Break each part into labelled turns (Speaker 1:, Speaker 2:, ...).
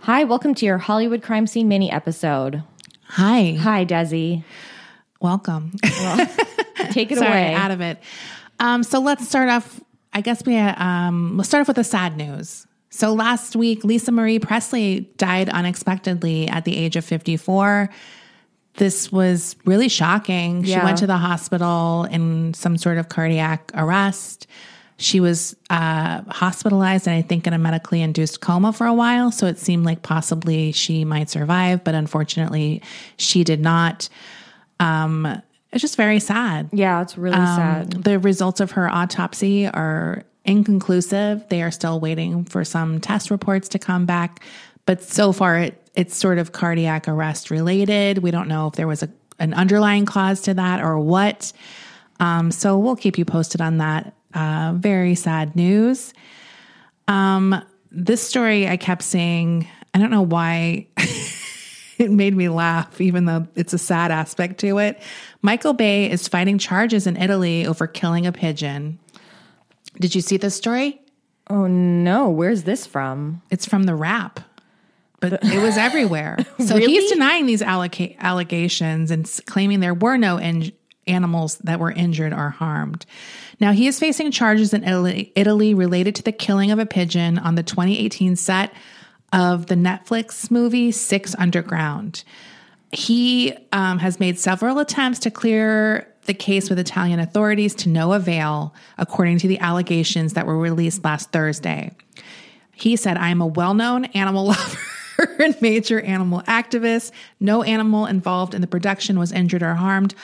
Speaker 1: Hi, welcome to your Hollywood crime scene mini episode.
Speaker 2: Hi.
Speaker 1: Hi, Desi.
Speaker 2: Welcome.
Speaker 1: Take it
Speaker 2: Sorry,
Speaker 1: away.
Speaker 2: out of it. Um, so let's start off. I guess we uh, um, let's start off with the sad news. So last week, Lisa Marie Presley died unexpectedly at the age of 54. This was really shocking. She
Speaker 1: Yeah.
Speaker 2: went to the hospital in some sort of cardiac arrest. She was uh, hospitalized and I think in a medically induced coma for a while. So it seemed like possibly she might survive, but unfortunately, she did not. Um, it's just very sad.
Speaker 1: yeah, it's really
Speaker 2: Um,
Speaker 1: sad.
Speaker 2: The results of her autopsy are inconclusive. They are still waiting for some test reports to come back, but so far it, it's sort of cardiac arrest related. We don't know if there was a, an underlying cause to that or what. Um, so we'll keep you posted on that. Uh, very sad news. Um, this story I kept seeing. I don't know why it made me laugh, even though it's a sad aspect to it. Michael Bay is fighting charges in Italy over killing a pigeon. Did you see this story?
Speaker 1: Oh no, where's this from?
Speaker 2: It's from the rap, but it was everywhere. So he's denying these alloca- allegations and s- claiming there were no in- animals that were injured or harmed. Now he is facing charges in Italy, Italy related to the killing of a pigeon on the 2018 set of the Netflix movie Six Underground. He um, has made several attempts to clear the case with Italian authorities to no avail, according to the allegations that were released last Thursday. He said, I am a well known animal lover and major animal activist. No animal involved in the production was injured or harmed,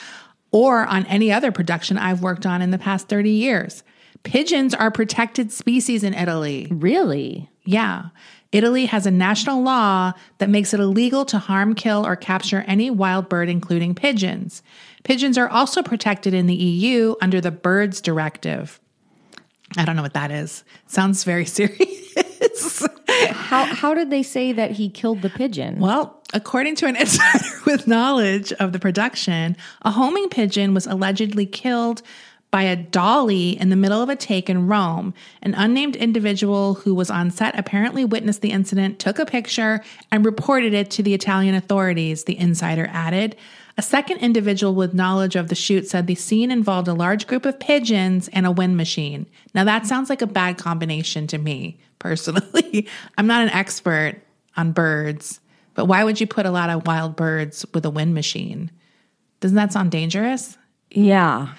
Speaker 2: or on any other production I've worked on in the past 30 years. Pigeons are protected species in Italy.
Speaker 1: Really?
Speaker 2: Yeah. Italy has a national law that makes it illegal to harm, kill, or capture any wild bird, including pigeons. Pigeons are also protected in the EU under the Birds Directive. I don't know what that is. Sounds very serious.
Speaker 1: How how did they say that he killed the pigeon?
Speaker 2: Well, according to an insider with knowledge of the production, a homing pigeon was allegedly killed by a dolly in the middle of a take in Rome. An unnamed individual who was on set apparently witnessed the incident, took a picture, and reported it to the Italian authorities, the insider added. A second individual with knowledge of the shoot said the scene involved a large group of pigeons and a wind machine. Now, that sounds like a bad combination to me personally. I'm not an expert on birds, but why would you put a lot of wild birds with a wind machine? Doesn't that sound dangerous?
Speaker 1: yeah.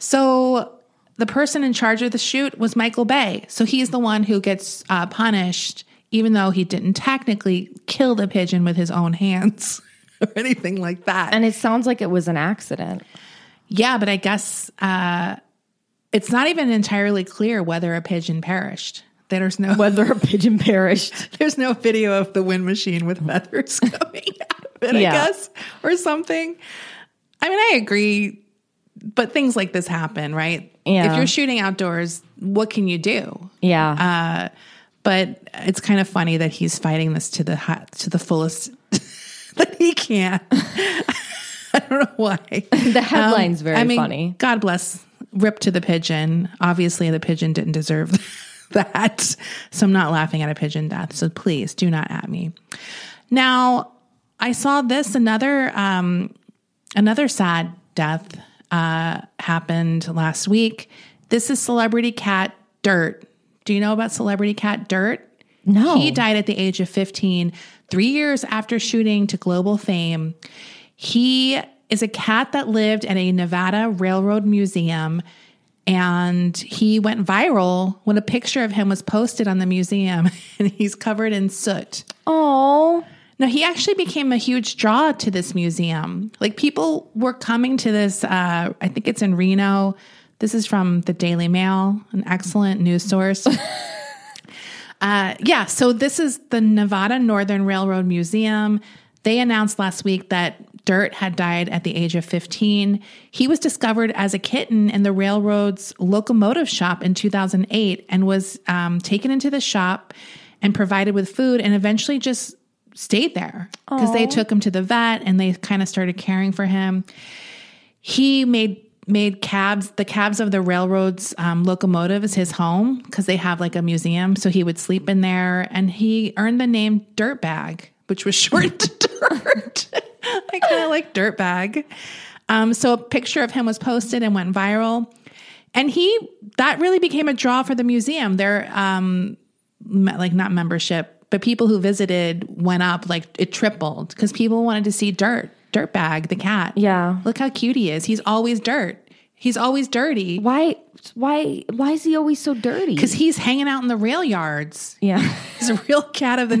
Speaker 2: So the person in charge of the shoot was Michael Bay. So he's the one who gets uh, punished, even though he didn't technically kill the pigeon with his own hands or anything like that.
Speaker 1: And it sounds like it was an accident.
Speaker 2: yeah, but I guess uh, it's not even entirely clear whether a pigeon perished. There's no
Speaker 1: Whether a pigeon perished.
Speaker 2: there's no video of the wind machine with feathers coming out of it,
Speaker 1: Yeah.
Speaker 2: I guess, or something. I mean, I agree, but things like this happen, right?
Speaker 1: Yeah.
Speaker 2: If you're shooting outdoors, what can you do?
Speaker 1: Yeah.
Speaker 2: But it's kind of funny that he's fighting this to the hi- to the fullest that he can. I don't know why.
Speaker 1: the headline's very
Speaker 2: Uh, um, I mean,
Speaker 1: funny.
Speaker 2: God bless. Rip to the pigeon. Obviously, the pigeon didn't deserve that. So I'm not laughing at a pigeon death. So please do not at me. Now, I saw this another um, another sad death uh, happened last week. This is celebrity cat Dirt. Do you know about celebrity cat Dirt?
Speaker 1: No.
Speaker 2: He died at the age of 15, three years after shooting to global fame. He is a cat that lived at a Nevada railroad museum, and he went viral when a picture of him was posted on the museum, and he's covered in soot.
Speaker 1: Oh.
Speaker 2: No, he actually became a huge draw to this museum. Like people were coming to this. Uh, I think it's in Reno. This is from the Daily Mail, an excellent news source. Uh, yeah, so this is the Nevada Northern Railroad Museum. They announced last week that Dirt had died at the age of 15. He was discovered as a kitten in the railroad's locomotive shop in 2008 and was um, taken into the shop and provided with food and eventually just stayed there because they took him to the vet and they kind of started caring for him he made made cabs the cabs of the railroad's um, locomotive is his home because they have like a museum so he would sleep in there and he earned the name dirtbag which was short to dirt i kind of like dirtbag um, so a picture of him was posted and went viral and he that really became a draw for the museum their um, me- like not membership but people who visited went up like it tripled because people wanted to see dirt dirtbag the cat
Speaker 1: Yeah.
Speaker 2: Look how cute he is. He's always dirt. He's always dirty
Speaker 1: Why? Why? Why is he always so dirty?
Speaker 2: because he's hanging out in the rail yards.
Speaker 1: yeah,
Speaker 2: He's a real cat of the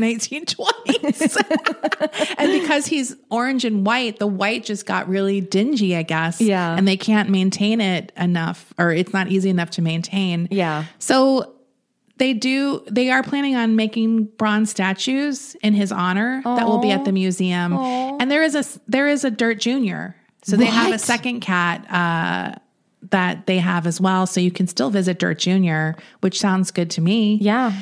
Speaker 2: 1920s. and because he's orange and white, the white just got really dingy, I guess.
Speaker 1: Yeah.
Speaker 2: And they can't maintain it enough, or it's not easy enough to maintain.
Speaker 1: Yeah.
Speaker 2: So they do, they are planning on making bronze statues in his honor that will be at the museum. And there is a, there is a Dirt Junior. So they have a
Speaker 1: What?
Speaker 2: second cat, uh, that they have as well. So you can still visit Dirt Junior, which sounds good to me.
Speaker 1: yeah.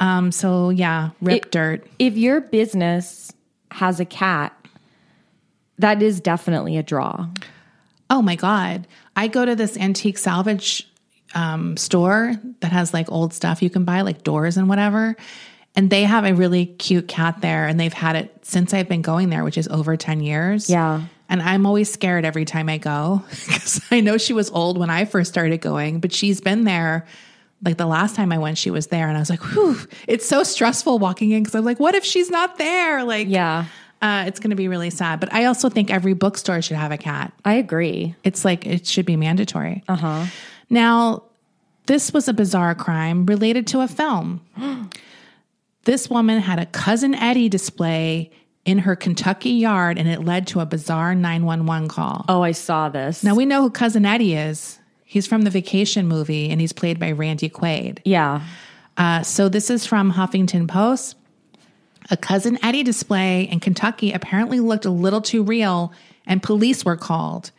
Speaker 2: Um. So yeah, rip
Speaker 1: It-
Speaker 2: dirt.
Speaker 1: If your business has a cat, that is definitely a draw.
Speaker 2: Oh my god! I go to this antique salvage um, store that has like old stuff you can buy, like doors and whatever. And they have a really cute cat there, and they've had it since I've been going there, which is over ten years.
Speaker 1: Yeah.
Speaker 2: And I'm always scared every time I go because I know she was old when I first started going, but she's been there. Like the last time I went, she was there, and I was like, whew, it's so stressful walking in because I'm like, what if she's not there? Like,
Speaker 1: Yeah.
Speaker 2: uh, it's going to be really sad. But I also think every bookstore should have a cat.
Speaker 1: I agree.
Speaker 2: It's like it should be mandatory. Uh huh. Now, this was a bizarre crime related to a film. this woman had a cousin Eddie display in her Kentucky yard, and it led to a bizarre 911 call.
Speaker 1: Oh, I saw this.
Speaker 2: Now we know who cousin Eddie is. He's from the Vacation movie, and he's played by Randy Quaid.
Speaker 1: yeah.
Speaker 2: Uh, so this is from Huffington Post. A cousin Eddie display in Kentucky apparently looked a little too real, and police were called.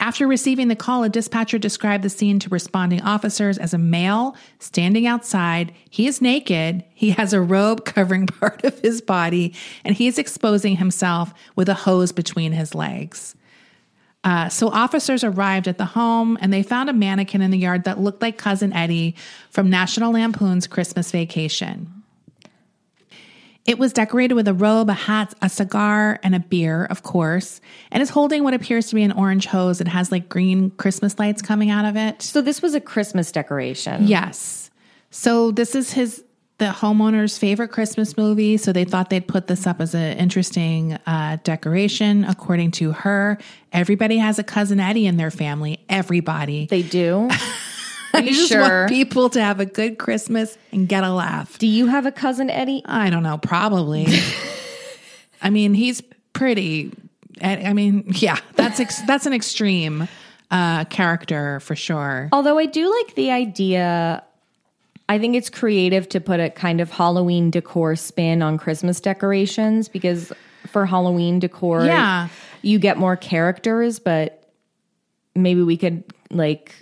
Speaker 2: After receiving the call, a dispatcher described the scene to responding officers as a male standing outside. He is naked. He has a robe covering part of his body, and he is exposing himself with a hose between his legs. Uh, so officers arrived at the home and they found a mannequin in the yard that looked like cousin Eddie from National Lampoon's Christmas Vacation. It was decorated with a robe, a hat, a cigar, and a beer, of course, and is holding what appears to be an orange hose. It has like green Christmas lights coming out of it.
Speaker 1: So this was a Christmas decoration.
Speaker 2: Yes. So this is his the homeowner's favorite Christmas movie. So they thought they'd put this up as an interesting uh, decoration. According to her, everybody has a cousin Eddie in their family. Everybody.
Speaker 1: They do. Are
Speaker 2: I
Speaker 1: you
Speaker 2: just
Speaker 1: sure?
Speaker 2: want people to have a good Christmas and get a laugh.
Speaker 1: do you have a cousin Eddie?
Speaker 2: I don't know. Probably. I mean, he's pretty. I I mean, yeah, that's ex- that's an extreme uh, character for sure.
Speaker 1: Although I do like the idea, I think it's creative to put a kind of Halloween decor spin on Christmas decorations because for Halloween decor,
Speaker 2: Yeah.
Speaker 1: you get more characters, but maybe we could like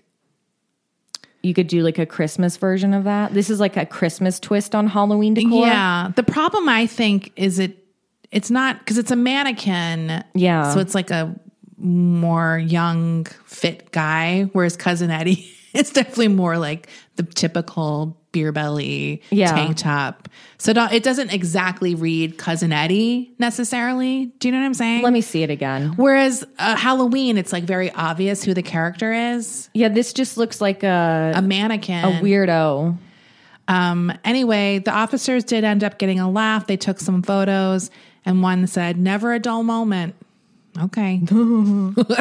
Speaker 1: you could do like a Christmas version of that. This is like a Christmas twist on Halloween decor.
Speaker 2: Yeah. The problem I think is it it's not because it's a mannequin.
Speaker 1: Yeah.
Speaker 2: So it's like a more young, fit guy, whereas cousin Eddie is definitely more like the typical beer belly
Speaker 1: Yeah.
Speaker 2: tank top. So don't- it doesn't exactly read cousin Eddie necessarily. Do you know what I'm saying?
Speaker 1: Let me see it again.
Speaker 2: Whereas uh, Halloween, it's like very obvious who the character is.
Speaker 1: Yeah, this just looks like a,
Speaker 2: A mannequin.
Speaker 1: a weirdo.
Speaker 2: Um, Anyway, the officers did end up getting a laugh. They took some photos, and one said, Never a dull moment. Okay. uh,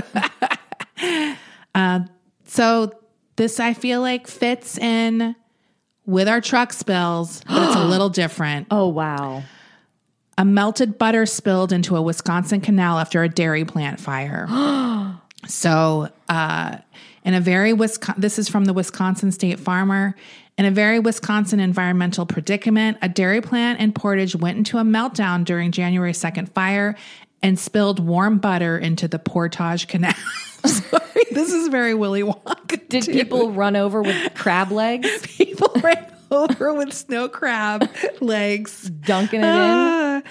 Speaker 2: so this, I feel like, fits in with our truck spills, but it's a little different.
Speaker 1: Oh wow.
Speaker 2: A melted butter spilled into a Wisconsin canal after a dairy plant fire. so, uh, in a very Wisconsin, this is from the Wisconsin State Farmer. In a very Wisconsin environmental predicament, a dairy plant in Portage went into a meltdown during January 2nd fire and spilled warm butter into the Portage Canal. Sorry, this is very Willy Wonka.
Speaker 1: Did
Speaker 2: too.
Speaker 1: people run over with crab legs,
Speaker 2: people ran over with snow crab legs?
Speaker 1: dunking it in?
Speaker 2: Ah.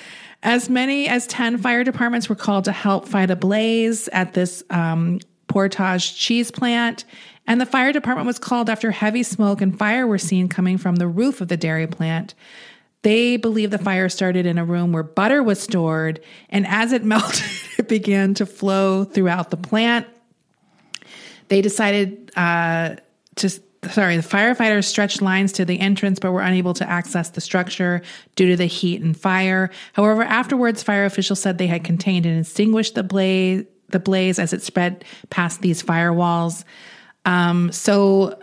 Speaker 2: As many as 10 fire departments were called to help fight a blaze at this um, Portage cheese plant. And the fire department was called after heavy smoke and fire were seen coming from the roof of the dairy plant. They believe the fire started in a room where butter was stored. And as it melted, it began to flow throughout the plant. They decided uh, to, sorry, the firefighters stretched lines to the entrance but were unable to access the structure due to the heat and fire. However, afterwards, fire officials said they had contained and extinguished the blaze, the blaze as it spread past these firewalls. Um, so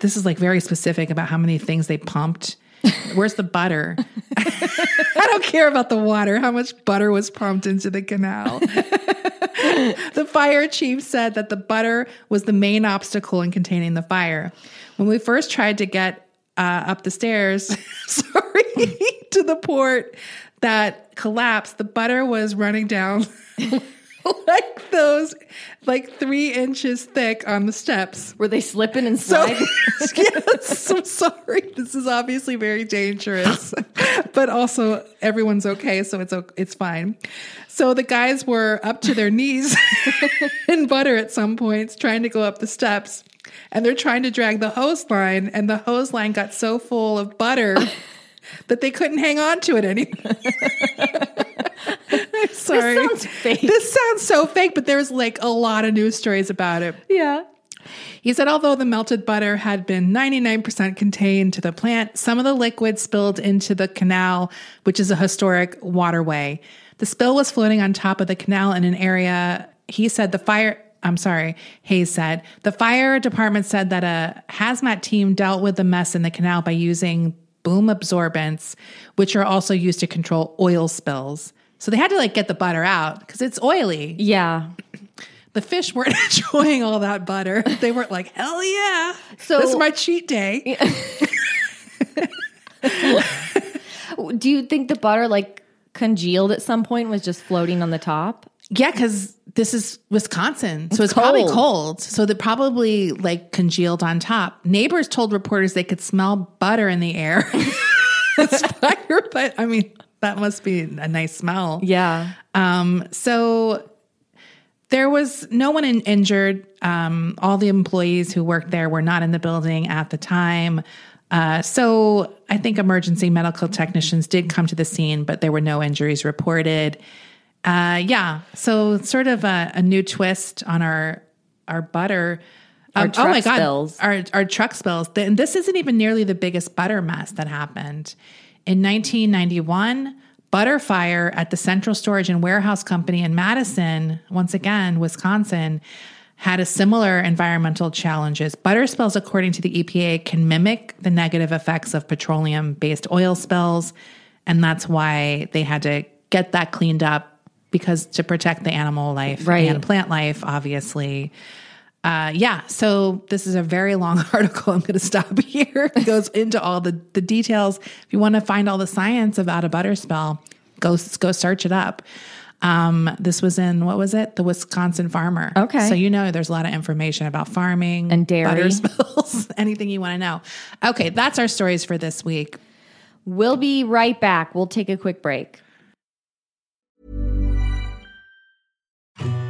Speaker 2: this is like very specific about how many things they pumped. Where's the butter? I don't care about the water, how much butter was pumped into the canal. The fire chief said that the butter was the main obstacle in containing the fire. When we first tried to get uh, up the stairs, sorry, to the port that collapsed, the butter was running down like those, like three inches thick on the steps.
Speaker 1: Were they slipping and
Speaker 2: So,
Speaker 1: sliding?
Speaker 2: yes, I'm sorry. This is obviously very dangerous, but also everyone's okay, so it's o- it's fine. So the guys were up to their knees in butter at some points, trying to go up the steps, and they're trying to drag the hose line, and the hose line got so full of butter that they couldn't hang on to it anymore. I'm sorry.
Speaker 1: sounds fake.
Speaker 2: This sounds so fake, but there's like a lot of news stories about it.
Speaker 1: yeah.
Speaker 2: He said, although the melted butter had been 99% contained to the plant, some of the liquid spilled into the canal, which is a historic waterway. The spill was floating on top of the canal in an area. He said the fire, I'm sorry, Hayes said, the fire department said that a hazmat team dealt with the mess in the canal by using boom absorbents, which are also used to control oil spills. So they had to like get the butter out because it's oily
Speaker 1: Yeah.
Speaker 2: the fish weren't enjoying all that butter. They weren't like, hell yeah.
Speaker 1: So-
Speaker 2: So this is my cheat day.
Speaker 1: Do you think the butter like congealed at some point was just floating on the top?
Speaker 2: Yeah, because this is Wisconsin. so it's probably
Speaker 1: cold.
Speaker 2: cold. So they probably like congealed on top. Neighbors told reporters they could smell butter in the air. it's fire, but I mean, that must be a nice smell.
Speaker 1: Yeah.
Speaker 2: Um, so there was no one in, injured. Um, all the employees who worked there were not in the building at the time. Uh, so I think emergency medical technicians did come to the scene, but there were no injuries reported. Uh, yeah, so sort of a, a new twist on our our butter.
Speaker 1: Our
Speaker 2: oh my
Speaker 1: truck
Speaker 2: god,
Speaker 1: spills.
Speaker 2: our our truck spills. Th- And this isn't even nearly the biggest butter mess that happened. In 1991, butter fire at the Central Storage and Warehouse Company in Madison, once again, Wisconsin, had a similar environmental challenges. Butter spills, according to the EPA, can mimic the negative effects of petroleum-based oil spills, and that's why they had to get that cleaned up because to protect the animal life
Speaker 1: Right.
Speaker 2: and plant life, obviously. Uh, yeah, so this is a very long article. I'm going to stop here. It goes into all the, the details. If you want to find all the science about a butter spell, go go search it up. Um, this was in what was it? The Wisconsin Farmer.
Speaker 1: Okay.
Speaker 2: so you know there's a lot of information about farming
Speaker 1: And dairy.
Speaker 2: butter spells, anything you want to know. Okay, that's our stories for this week.
Speaker 1: We'll be right back. We'll take a quick break.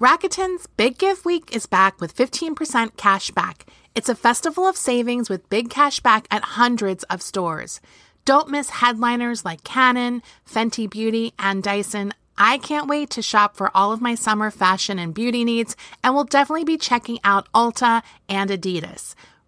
Speaker 2: Rakuten's Big Give Week is back with 15% cash back. It's a festival of savings with big cash back at hundreds of stores. Don't miss headliners like Canon, Fenty Beauty, and Dyson. I can't wait to shop for all of my summer fashion and beauty needs, and will definitely be checking out Ulta and Adidas.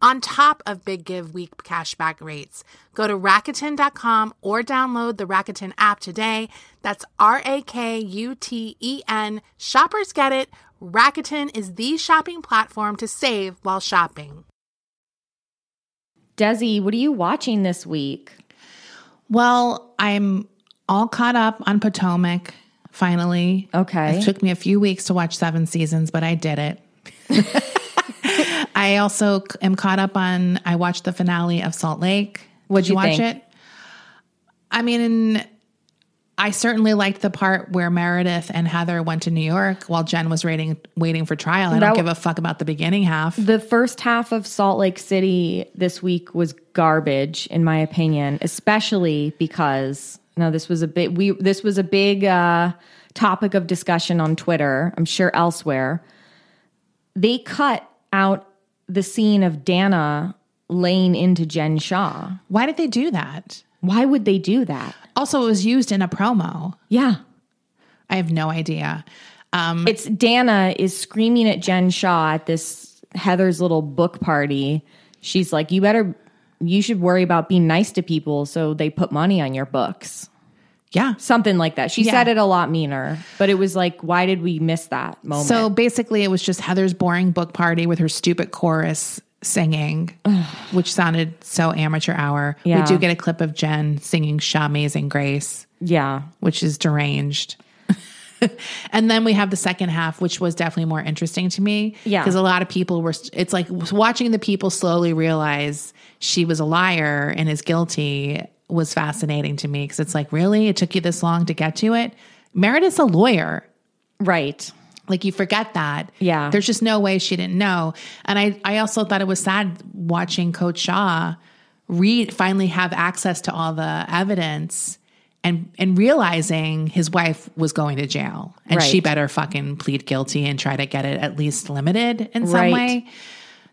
Speaker 2: on top of Big Give Week cashback rates. Go to Rakuten.com or download the Rakuten app today. That's R A K U T E N. Shoppers get it. Rakuten is the shopping platform to save while shopping.
Speaker 1: Desi, what are you watching this week?
Speaker 3: Well, I'm all caught up on Potomac finally.
Speaker 1: Okay.
Speaker 3: It took me a few weeks to watch seven seasons, but I did it. I also c- am caught up on. I watched the finale of Salt Lake.
Speaker 1: What'd
Speaker 3: Did you
Speaker 1: you
Speaker 3: watch
Speaker 1: think?
Speaker 3: it? I mean, I certainly liked the part where Meredith and Heather went to New York while Jen was waiting waiting for trial. I
Speaker 1: That
Speaker 3: don't
Speaker 1: w-
Speaker 3: give a fuck about the beginning half.
Speaker 1: The first half of Salt Lake City this week was garbage, in my opinion, especially because no, this was a big we this was a big uh, topic of discussion on Twitter. I'm sure elsewhere. They cut out the scene of Dana laying into Jen Shaw.
Speaker 3: Why did they do that?
Speaker 1: Why would they do that?
Speaker 3: Also, it was used in a promo.
Speaker 1: Yeah.
Speaker 3: I have no idea. Um,
Speaker 1: It's Dana is screaming at Jen Shaw at this Heather's little book party. She's like, "You better, you should worry about being nice to people, so they put money on your books."
Speaker 3: Yeah.
Speaker 1: Something like that. She said it a lot meaner, but it was like, why did we miss that moment?
Speaker 3: So basically, it was just Heather's boring book party with her stupid chorus singing, which sounded so amateur hour.
Speaker 1: Yeah.
Speaker 3: We do get a clip of Jen singing Shaw Amazing Grace,
Speaker 1: yeah,
Speaker 3: which is deranged. and then we have the second half, which was definitely more interesting to me.
Speaker 1: Yeah.
Speaker 3: Because a lot of people were, it's like watching the people slowly realize she was a liar and is guilty was fascinating to me. Because it's like, really? It took you this long to get to it? Meredith's a lawyer.
Speaker 1: right.
Speaker 3: Like you forget that.
Speaker 1: Yeah.
Speaker 3: There's just no way she didn't know. And I, I also thought it was sad watching Coach Shaw read finally have access to all the evidence and and realizing his wife was going to jail. And she
Speaker 1: Right.
Speaker 3: better fucking plead guilty and try to get it at least limited in some
Speaker 1: Right.
Speaker 3: way.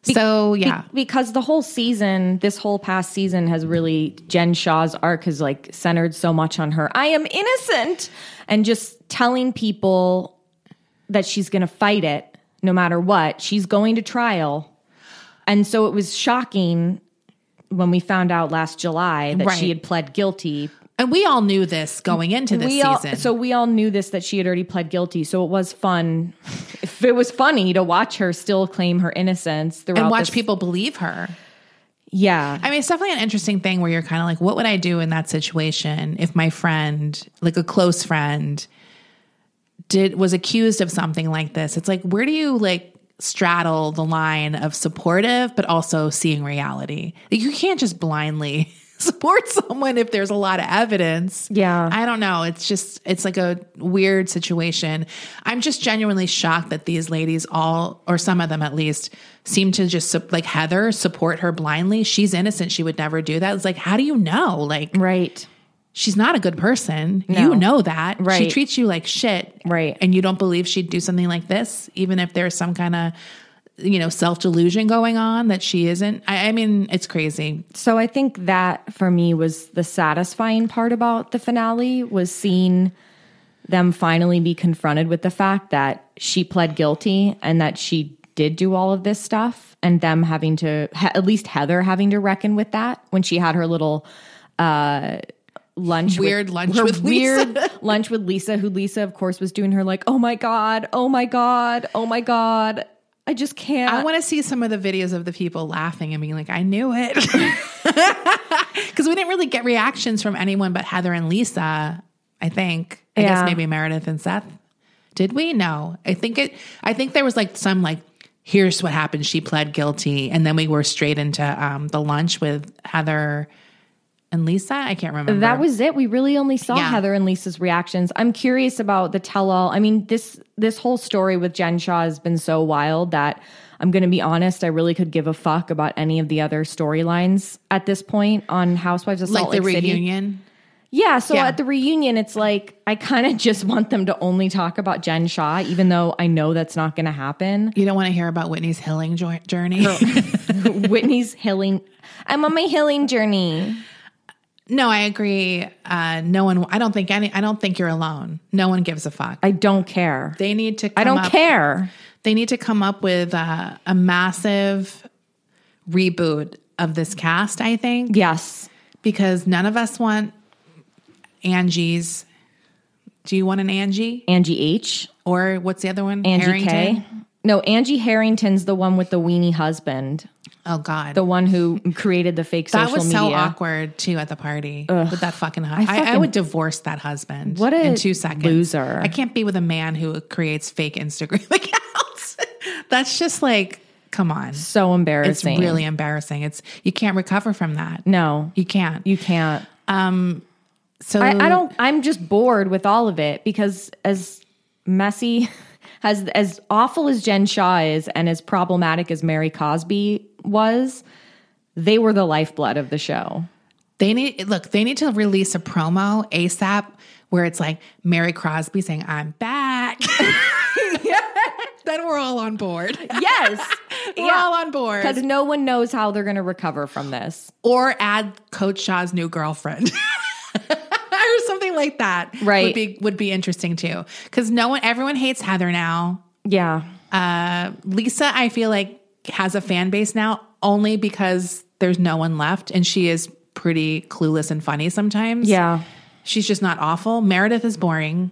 Speaker 3: So yeah.
Speaker 1: because the whole season, this whole past season has really Jen Shaw's arc has like centered so much on her. I am innocent and just telling people that she's going to fight it no matter what. She's going to trial. And so it was shocking when we found out last July that she
Speaker 3: Right.
Speaker 1: had pled guilty.
Speaker 3: and we all knew this going into this
Speaker 1: We all,
Speaker 3: season.
Speaker 1: so we all knew this that she had already pled guilty. So it was fun. if it was funny to watch her still claim her innocence throughout
Speaker 3: and watch
Speaker 1: this-
Speaker 3: people believe her.
Speaker 1: Yeah.
Speaker 3: I mean, it's definitely an interesting thing where you're kind of like, what would I do in that situation if my friend, like a close friend, did was accused of something like this? It's like, where do you like straddle the line of supportive but also seeing reality? Like, you can't just blindly support someone if there's a lot of evidence.
Speaker 1: Yeah.
Speaker 3: I don't know. It's just, it's like a weird situation. I'm just genuinely shocked that these ladies all, or some of them at least, seem to just sup- like Heather support her blindly. She's innocent. She would never do that. It's like, how do you know? Like,
Speaker 1: Right.
Speaker 3: she's not a good person.
Speaker 1: No.
Speaker 3: You know that. She
Speaker 1: Right.
Speaker 3: treats you like shit.
Speaker 1: Right.
Speaker 3: And you don't believe she'd do something like this, even if there's some kind of, you know, self delusion going on that she isn't. I, I mean, it's crazy.
Speaker 1: So I think that for me was the satisfying part about the finale was seeing them finally be confronted with the fact that she pled guilty and that she did do all of this stuff and them having to he- at least Heather having to reckon with that when she had her little uh lunch
Speaker 3: Weird
Speaker 1: with,
Speaker 3: lunch
Speaker 1: her
Speaker 3: with Lisa.
Speaker 1: weird lunch with Lisa who Lisa of course was doing her like oh my god oh my god oh my god I just can't
Speaker 3: I want to see some of the videos of the people laughing and being like, I knew it. Because we didn't really get reactions from anyone but Heather and Lisa, I think. I
Speaker 1: Yeah.
Speaker 3: guess maybe Meredith and Seth. Did we? No. I think it I think there was like some like, here's what happened. She pled guilty. And then we were straight into um, the lunch with Heather and Lisa. I can't remember.
Speaker 1: That was it. We really only saw
Speaker 3: Yeah.
Speaker 1: Heather and Lisa's reactions. I'm curious about the tell-all. I mean, this this whole story with Jen Shaw has been so wild that I'm going to be honest. I really could give a fuck about any of the other storylines at this point on Housewives of
Speaker 3: like
Speaker 1: Salt
Speaker 3: the
Speaker 1: Lake City.
Speaker 3: reunion.
Speaker 1: Yeah. So
Speaker 3: Yeah.
Speaker 1: at the reunion, it's like I kind of just want them to only talk about Jen Shaw, even though I know that's not going to happen.
Speaker 3: You don't want to hear about Whitney's healing jo- journey.
Speaker 1: Whitney's healing. I'm on my healing journey.
Speaker 3: No, I agree. Uh, no one. I don't think any. I don't think you're alone. No one gives a fuck.
Speaker 1: I don't care.
Speaker 3: they need to. Come
Speaker 1: I don't
Speaker 3: up-
Speaker 1: care.
Speaker 3: They need to come up with uh, a massive reboot of this cast. I think
Speaker 1: Yes.
Speaker 3: because none of us want Angie's. Do you want an Angie
Speaker 1: Angie H.
Speaker 3: or what's the other one?
Speaker 1: Angie K. No, Angie Harrington's the one with the weenie husband,
Speaker 3: Oh God,
Speaker 1: the one who created the fake
Speaker 3: that
Speaker 1: social
Speaker 3: was so
Speaker 1: media.
Speaker 3: awkward too at the party with that fucking husband. I, I
Speaker 1: fucking-
Speaker 3: would divorce that husband.
Speaker 1: What a
Speaker 3: in two seconds
Speaker 1: loser.
Speaker 3: I can't be with a man who creates fake Instagram accounts. That's just like, come on.
Speaker 1: So
Speaker 3: It's
Speaker 1: embarrassing.
Speaker 3: really embarrassing. It's you can't recover from that.
Speaker 1: no.
Speaker 3: you can't. Um,
Speaker 1: You can't.
Speaker 3: so
Speaker 1: I, I don't. I'm just bored with all of it because as messy, as as awful as Jen Shaw is, and as problematic as Mary Cosby was, they were the lifeblood of the show.
Speaker 3: They need look. They need to release a promo ASAP where it's like Mary Crosby saying, "I'm back." then we're all on board.
Speaker 1: Yes,
Speaker 3: We're all on board.
Speaker 1: because no one knows how they're going to recover from this.
Speaker 3: or add Coach Shaw's new girlfriend. or something like that would
Speaker 1: Right.
Speaker 3: be would be interesting too because no one everyone hates heather now
Speaker 1: Yeah,
Speaker 3: lisa i feel like has a fan base now only because there's no one left and she is pretty clueless and funny sometimes
Speaker 1: yeah,
Speaker 3: she's just not awful meredith is boring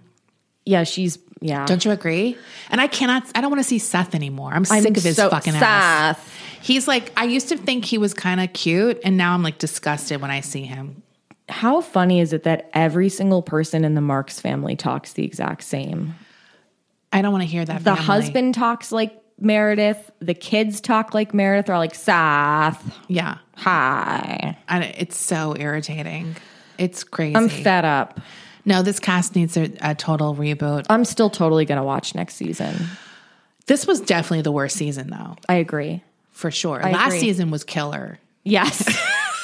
Speaker 1: yeah. She's yeah.
Speaker 3: don't you agree and i cannot i don't want to see seth anymore i'm sick of his
Speaker 1: so-
Speaker 3: fucking ass
Speaker 1: Seth.
Speaker 3: he's like i used to think he was kind of cute and now i'm like disgusted when i see him
Speaker 1: How funny is it that every single person in the Marx family talks the exact same?
Speaker 3: i don't want to hear that
Speaker 1: The
Speaker 3: family.
Speaker 1: husband talks like Meredith. The kids talk like Meredith. Are like Seth.
Speaker 3: yeah
Speaker 1: Hi.
Speaker 3: I, it's so irritating. It's crazy.
Speaker 1: I'm fed up.
Speaker 3: no, this cast needs a, a total reboot.
Speaker 1: I'm still totally gonna watch next season.
Speaker 3: This was definitely the worst season, though,
Speaker 1: I agree.
Speaker 3: for sure. Last
Speaker 1: agree.
Speaker 3: season was killer
Speaker 1: Yes.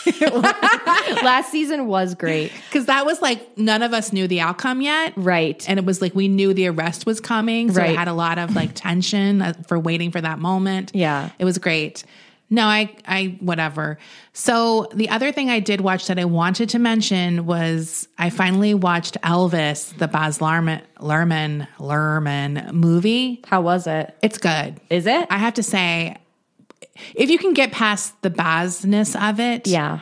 Speaker 1: Last season was great.
Speaker 3: because that was like none of us knew the outcome yet,
Speaker 1: Right.
Speaker 3: And it was like we knew the arrest was coming, so it
Speaker 1: Right.
Speaker 3: had a lot of like tension uh, for waiting for that moment.
Speaker 1: Yeah.
Speaker 3: it was great. No, I, I, whatever. So the other thing I did watch that I wanted to mention was I finally watched Elvis, the Baz Luhrmann, Luhrmann, Luhrmann movie.
Speaker 1: How was it?
Speaker 3: It's good.
Speaker 1: Is it?
Speaker 3: I have to say, if you can get past the Bazness of it,
Speaker 1: yeah.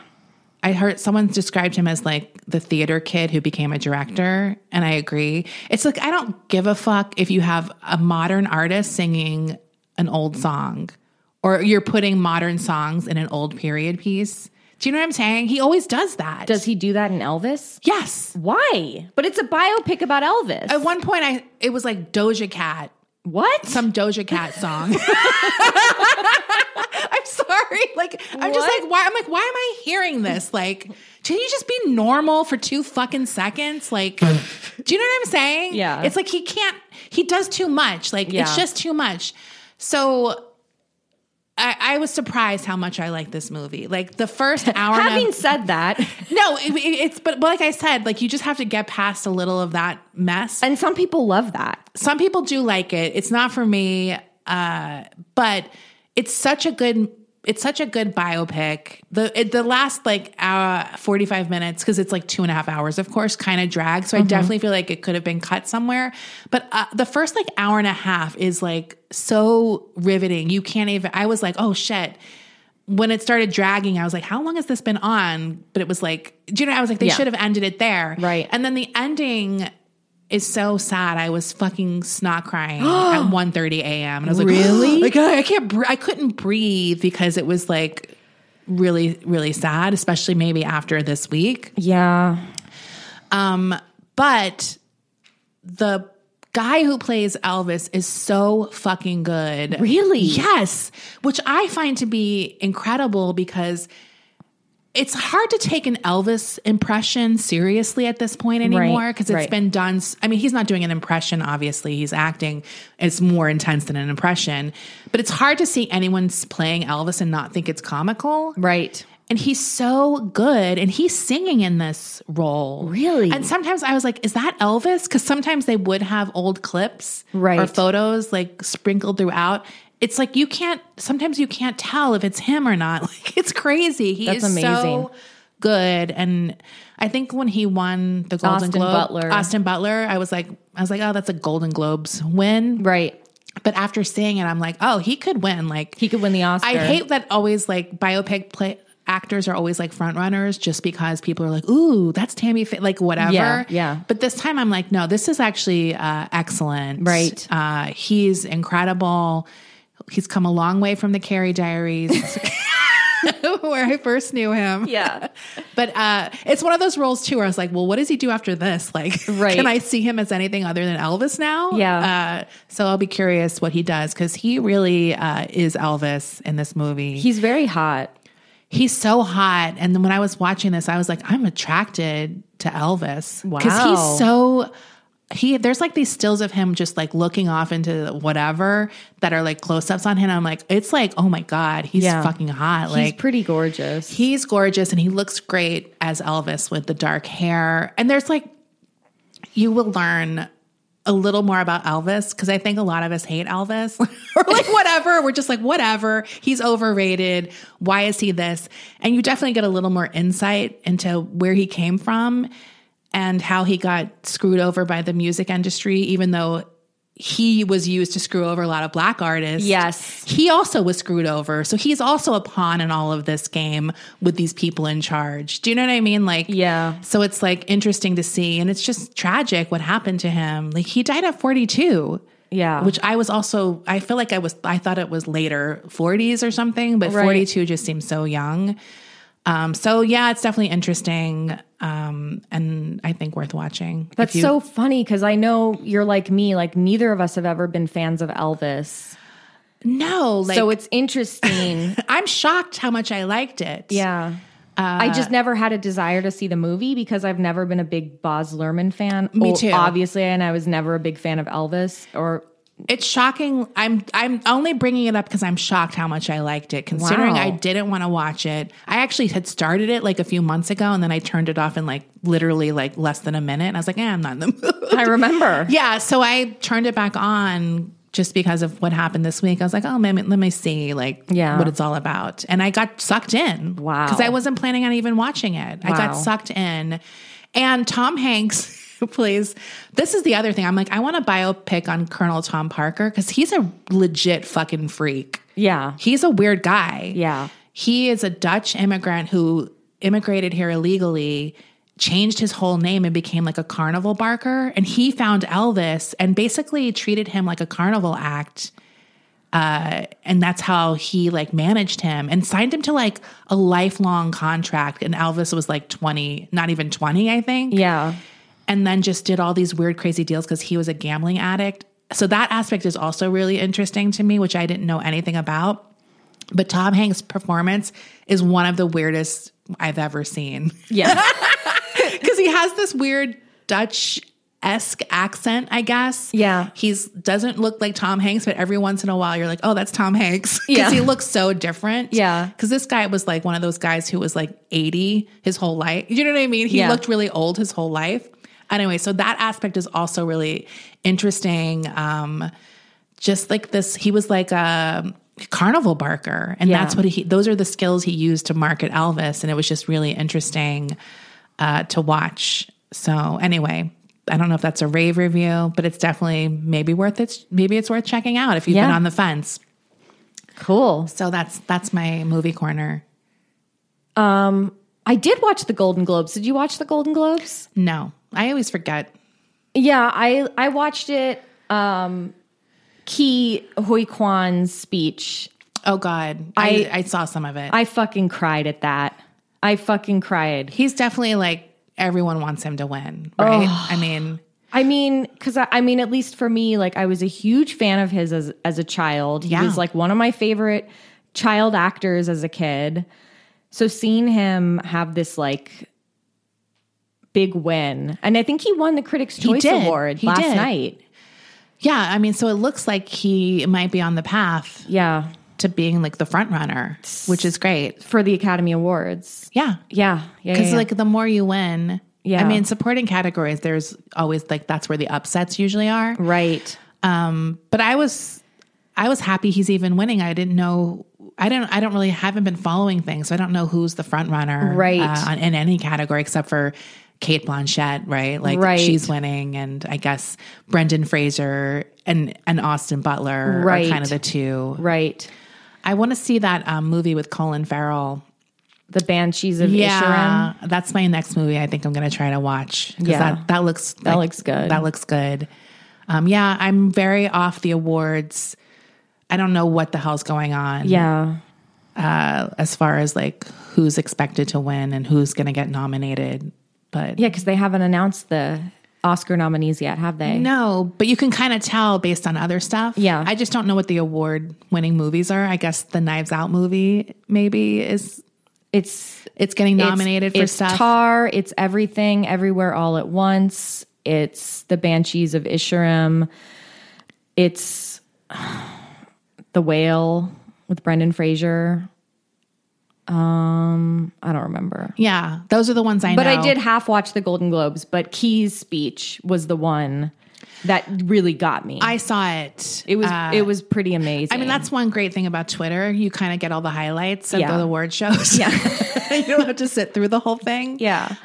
Speaker 3: I heard someone described him as like the theater kid who became a director, and I agree. It's like I don't give a fuck if you have a modern artist singing an old song, or you're putting modern songs in an old period piece. Do you know what I'm saying? He always does that.
Speaker 1: Does he do that in Elvis?
Speaker 3: yes.
Speaker 1: Why? But it's a biopic about Elvis.
Speaker 3: At one point, I it was like Doja Cat
Speaker 1: what?
Speaker 3: some Doja Cat song. I'm sorry. Like I'm just
Speaker 1: What?
Speaker 3: like why I'm like why am I hearing this? Like Can you just be normal for two fucking seconds? Like, do you know what I'm saying?
Speaker 1: Yeah.
Speaker 3: It's like he can't, he does too much. Like, it's
Speaker 1: Yeah.
Speaker 3: just too much. So I, I was surprised how much I like this movie. Like, the first hour. and a-
Speaker 1: Having said that,
Speaker 3: no, it, it- it's, but, but like I said, like, you just have to get past a little of that mess.
Speaker 1: and some people love that.
Speaker 3: some people do like it. It's not for me, uh, but it's such a good it's such a good biopic. The it, the last like hour forty five minutes because it's like two and a half hours, of course, kind of drag.
Speaker 1: Mm-hmm.
Speaker 3: So I definitely feel like it could have been cut somewhere. But uh, the first like hour and a half is like so riveting. You can't even. I was like, oh shit. When it started dragging, I was like, how long has this been on? But it was like, do you know, I was like, they
Speaker 1: Yeah.
Speaker 3: should have ended it there.
Speaker 1: Right.
Speaker 3: And then the ending is so sad. I was fucking snot crying at 1.30 a.m. And I was like, really? like, I I can't, br- I couldn't breathe because it was like really, really sad, especially maybe after this week.
Speaker 1: Yeah.
Speaker 3: But the guy who plays Elvis is so fucking good.
Speaker 1: Really?
Speaker 3: Yes. Which I find to be incredible because it's hard to take an Elvis impression seriously at this point anymore because it's
Speaker 1: right.
Speaker 3: been done. s- I mean, he's not doing an impression, obviously. He's acting. It's more intense than an impression. But it's hard to see anyone s- playing Elvis and not think it's comical.
Speaker 1: Right.
Speaker 3: And he's so good. And he's singing in this role.
Speaker 1: Really?
Speaker 3: And sometimes I was like, is that Elvis? Because sometimes they would have old clips or
Speaker 1: Right.
Speaker 3: photos like sprinkled throughout. It's like you can't, sometimes you can't tell if it's him or not. Like it's crazy. He
Speaker 1: That's
Speaker 3: is
Speaker 1: amazing.
Speaker 3: so good. And I think when he won the Golden
Speaker 1: Austin
Speaker 3: Globe,
Speaker 1: Butler.
Speaker 3: Austin Butler, I was like, I was like, oh, that's a Golden Globes win.
Speaker 1: Right.
Speaker 3: But after seeing it, I'm like, oh, he could win. Like
Speaker 1: He could win the Oscar.
Speaker 3: I hate that always like biopic play actors are always like front runners just because people are like, ooh, that's Tammy, Fa-, like whatever.
Speaker 1: Yeah, yeah.
Speaker 3: But this time I'm like, no, this is actually uh, excellent.
Speaker 1: Right.
Speaker 3: Uh, he's incredible. He's come a long way from the Carrie Diaries. where I first knew him.
Speaker 1: Yeah.
Speaker 3: But uh, it's one of those roles too where I was like, well, what does he do after this? Like,
Speaker 1: Right.
Speaker 3: can I see him as anything other than Elvis now?
Speaker 1: Yeah.
Speaker 3: Uh, so I'll be curious what he does because he really uh, is Elvis in this movie.
Speaker 1: He's very hot.
Speaker 3: He's so hot. And then when I was watching this, I was like, I'm attracted to Elvis. Because
Speaker 1: Wow.
Speaker 3: he's so. He there's like these stills of him just like looking off into whatever that are like close ups on him. I'm like, it's like, oh my god, he's
Speaker 1: Yeah.
Speaker 3: fucking hot. Like
Speaker 1: He's pretty gorgeous.
Speaker 3: He's gorgeous and he looks great as Elvis with the dark hair. And there's like, you will learn a little more about Elvis because I think a lot of us hate Elvis or like whatever. We're just like, whatever. He's overrated. Why is he this? And you definitely get a little more insight into where he came from and how he got screwed over by the music industry, even though he was used to screw over a lot of black artists
Speaker 1: Yes.
Speaker 3: he also was screwed over. So he's also a pawn in all of this game with these people in charge. Do you know what I mean? Like,
Speaker 1: Yeah.
Speaker 3: So it's like interesting to see. And it's just tragic what happened to him. Like, he died at 42.
Speaker 1: Yeah.
Speaker 3: Which I was also, I feel like I was, I thought it was later 40s or something, but
Speaker 1: Right.
Speaker 3: 42 just seems so young. Um, so yeah, it's definitely interesting. Um, and I think worth watching.
Speaker 1: That's so funny because I know you're like me. Like neither of us have ever been fans of Elvis,
Speaker 3: No, like,
Speaker 1: so it's interesting.
Speaker 3: I'm shocked how much I liked it.
Speaker 1: yeah, I just never had a desire to see the movie because I've never been a big Boz Luhrmann fan.
Speaker 3: Me
Speaker 1: o-
Speaker 3: too.
Speaker 1: obviously, and I was never a big fan of Elvis. Or
Speaker 3: It's shocking. I'm I'm only bringing it up because I'm shocked how much I liked it. Considering
Speaker 1: Wow.
Speaker 3: I didn't want to watch it, I actually had started it like a few months ago, and then I turned it off in like literally like less than a minute. And I was like, eh, I'm not in the mood.
Speaker 1: I remember,
Speaker 3: yeah, so I turned it back on just because of what happened this week. I was like, oh, let me, let me see like
Speaker 1: Yeah.
Speaker 3: what it's all about, and I got sucked in.
Speaker 1: Wow.
Speaker 3: because I wasn't planning on even watching it. I got
Speaker 1: Wow.
Speaker 3: sucked in, and Tom Hanks. Please. This is the other thing. I'm like, I want a biopic on Colonel Tom Parker because he's a legit fucking freak.
Speaker 1: yeah,
Speaker 3: He's a weird guy.
Speaker 1: Yeah.
Speaker 3: He is a Dutch immigrant who immigrated here illegally, changed his whole name and became like a carnival barker. And he found Elvis and basically treated him like a carnival act. Uh, and that's how he like managed him and signed him to like a lifelong contract. And Elvis was like 20, not even 20, I think
Speaker 1: yeah.
Speaker 3: and then just did all these weird, crazy deals because he was a gambling addict. So that aspect is also really interesting to me, which I didn't know anything about. But Tom Hanks' performance is one of the weirdest I've ever seen
Speaker 1: Yeah.
Speaker 3: because he has this weird Dutch esque accent, I guess.
Speaker 1: Yeah.
Speaker 3: he's doesn't look like Tom Hanks, but every once in a while you're like, oh, that's Tom Hanks
Speaker 1: Yeah.
Speaker 3: because he looks so different.
Speaker 1: Yeah.
Speaker 3: because this guy was like one of those guys who was like 80 his whole life. You know what I mean? He
Speaker 1: Yeah.
Speaker 3: looked really old his whole life. Anyway, so that aspect is also really interesting. Um, just like this, he was like a carnival barker, and
Speaker 1: Yeah.
Speaker 3: that's what he. Those are the skills he used to market Elvis, and it was just really interesting uh, to watch. So anyway, I don't know if that's a rave review, but it's definitely maybe worth it. Maybe it's worth checking out if you've been
Speaker 1: Yeah.
Speaker 3: on the fence.
Speaker 1: cool.
Speaker 3: So that's that's my movie corner.
Speaker 1: I did watch the Golden Globes. Did you watch the Golden Globes?
Speaker 3: No, I always forget.
Speaker 1: Yeah, I I watched it. Um, Ki Hoi Kwan's speech.
Speaker 3: Oh God, I I, saw some of it.
Speaker 1: I fucking cried at that. I fucking cried.
Speaker 3: He's definitely like everyone wants him to win, right? I mean,
Speaker 1: I mean, because I, I mean, at least for me, like I was a huge fan of his as as a child.
Speaker 3: Yeah.
Speaker 1: He was like one of my favorite child actors as a kid. So seeing him have this like big win, and I think he won the Critics' Choice
Speaker 3: did.
Speaker 1: Award
Speaker 3: He
Speaker 1: last
Speaker 3: did.
Speaker 1: night.
Speaker 3: yeah, I mean, so it looks like he might be on the path
Speaker 1: Yeah,
Speaker 3: to being like the front runner, which is great.
Speaker 1: for the Academy Awards.
Speaker 3: Yeah.
Speaker 1: Yeah, yeah, yeah,
Speaker 3: Because
Speaker 1: yeah.
Speaker 3: like the more you win,
Speaker 1: Yeah.
Speaker 3: I mean, supporting categories, there's always like that's where the upsets usually are.
Speaker 1: right.
Speaker 3: Um, but I was, I was happy he's even winning. I didn't know, I don't, I don't really haven't been following things, so I don't know who's the front runner,
Speaker 1: Right.
Speaker 3: uh, on, in any category except for Kate Blanchett, right? Like
Speaker 1: Right.
Speaker 3: she's winning, and I guess Brendan Fraser and and Austin Butler
Speaker 1: Right.
Speaker 3: are kind of the two.
Speaker 1: Right.
Speaker 3: I want to see that um, movie with Colin Farrell.
Speaker 1: The Banshees of Inisherin.
Speaker 3: Yeah, that's my next movie. I think I'm going to try to watch. 'cause
Speaker 1: Yeah.
Speaker 3: that, that looks that
Speaker 1: looks good.
Speaker 3: That looks good. Um, yeah, I'm very off the awards. I don't know what the hell's going on.
Speaker 1: Yeah.
Speaker 3: as far as like who's expected to win and who's going to get nominated, but
Speaker 1: Yeah, because they haven't announced the Oscar nominees yet, have they?
Speaker 3: no. But you can kind of tell based on other stuff.
Speaker 1: Yeah.
Speaker 3: I just don't know what the award-winning movies are. I guess the Knives Out movie maybe is
Speaker 1: It's
Speaker 3: it's getting
Speaker 1: it's-
Speaker 3: nominated for
Speaker 1: it's
Speaker 3: stuff.
Speaker 1: Tar, it's everything, everywhere, all at once. It's the Banshees of Isherim. It's the Whale with Brendan Fraser. Um, I don't remember.
Speaker 3: yeah, those are the ones I
Speaker 1: But
Speaker 3: know.
Speaker 1: I did half watch the Golden Globes, but Key's speech was the one that really got me.
Speaker 3: I saw it.
Speaker 1: it was it was pretty amazing.
Speaker 3: Uh, I mean, that's one great thing about Twitter. You kind of get all the highlights of
Speaker 1: Yeah.
Speaker 3: the award shows. Yeah. you don't have to sit through the whole thing.
Speaker 1: yeah.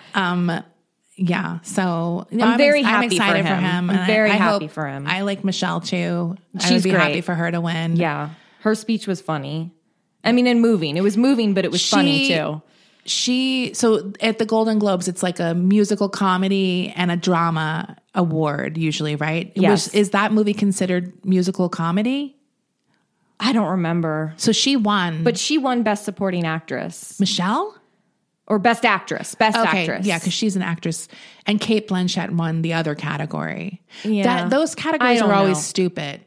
Speaker 3: Yeah. So no,
Speaker 1: I'm very
Speaker 3: ex-
Speaker 1: happy for him. I'm
Speaker 3: and I-
Speaker 1: very
Speaker 3: I
Speaker 1: happy
Speaker 3: hope-
Speaker 1: for him.
Speaker 3: I like Michelle too. I would
Speaker 1: She's
Speaker 3: be happy
Speaker 1: great.
Speaker 3: for her to win.
Speaker 1: Yeah. Her speech was funny. I mean, and moving. It was moving, but it was funny
Speaker 3: She-
Speaker 1: too.
Speaker 3: She, so at the Golden Globes, it's like a musical comedy and a drama award, usually, right?
Speaker 1: Yes.
Speaker 3: is that movie considered musical comedy?
Speaker 1: I don't remember.
Speaker 3: So she won.
Speaker 1: But she won Best Supporting Actress
Speaker 3: Michelle?
Speaker 1: or Best Actress. Best
Speaker 3: Okay,
Speaker 1: Actress.
Speaker 3: yeah, because she's an actress, and Kate Blanchett won the other category.
Speaker 1: Yeah.
Speaker 3: That, those categories
Speaker 1: I
Speaker 3: are
Speaker 1: don't
Speaker 3: always
Speaker 1: know.
Speaker 3: stupid.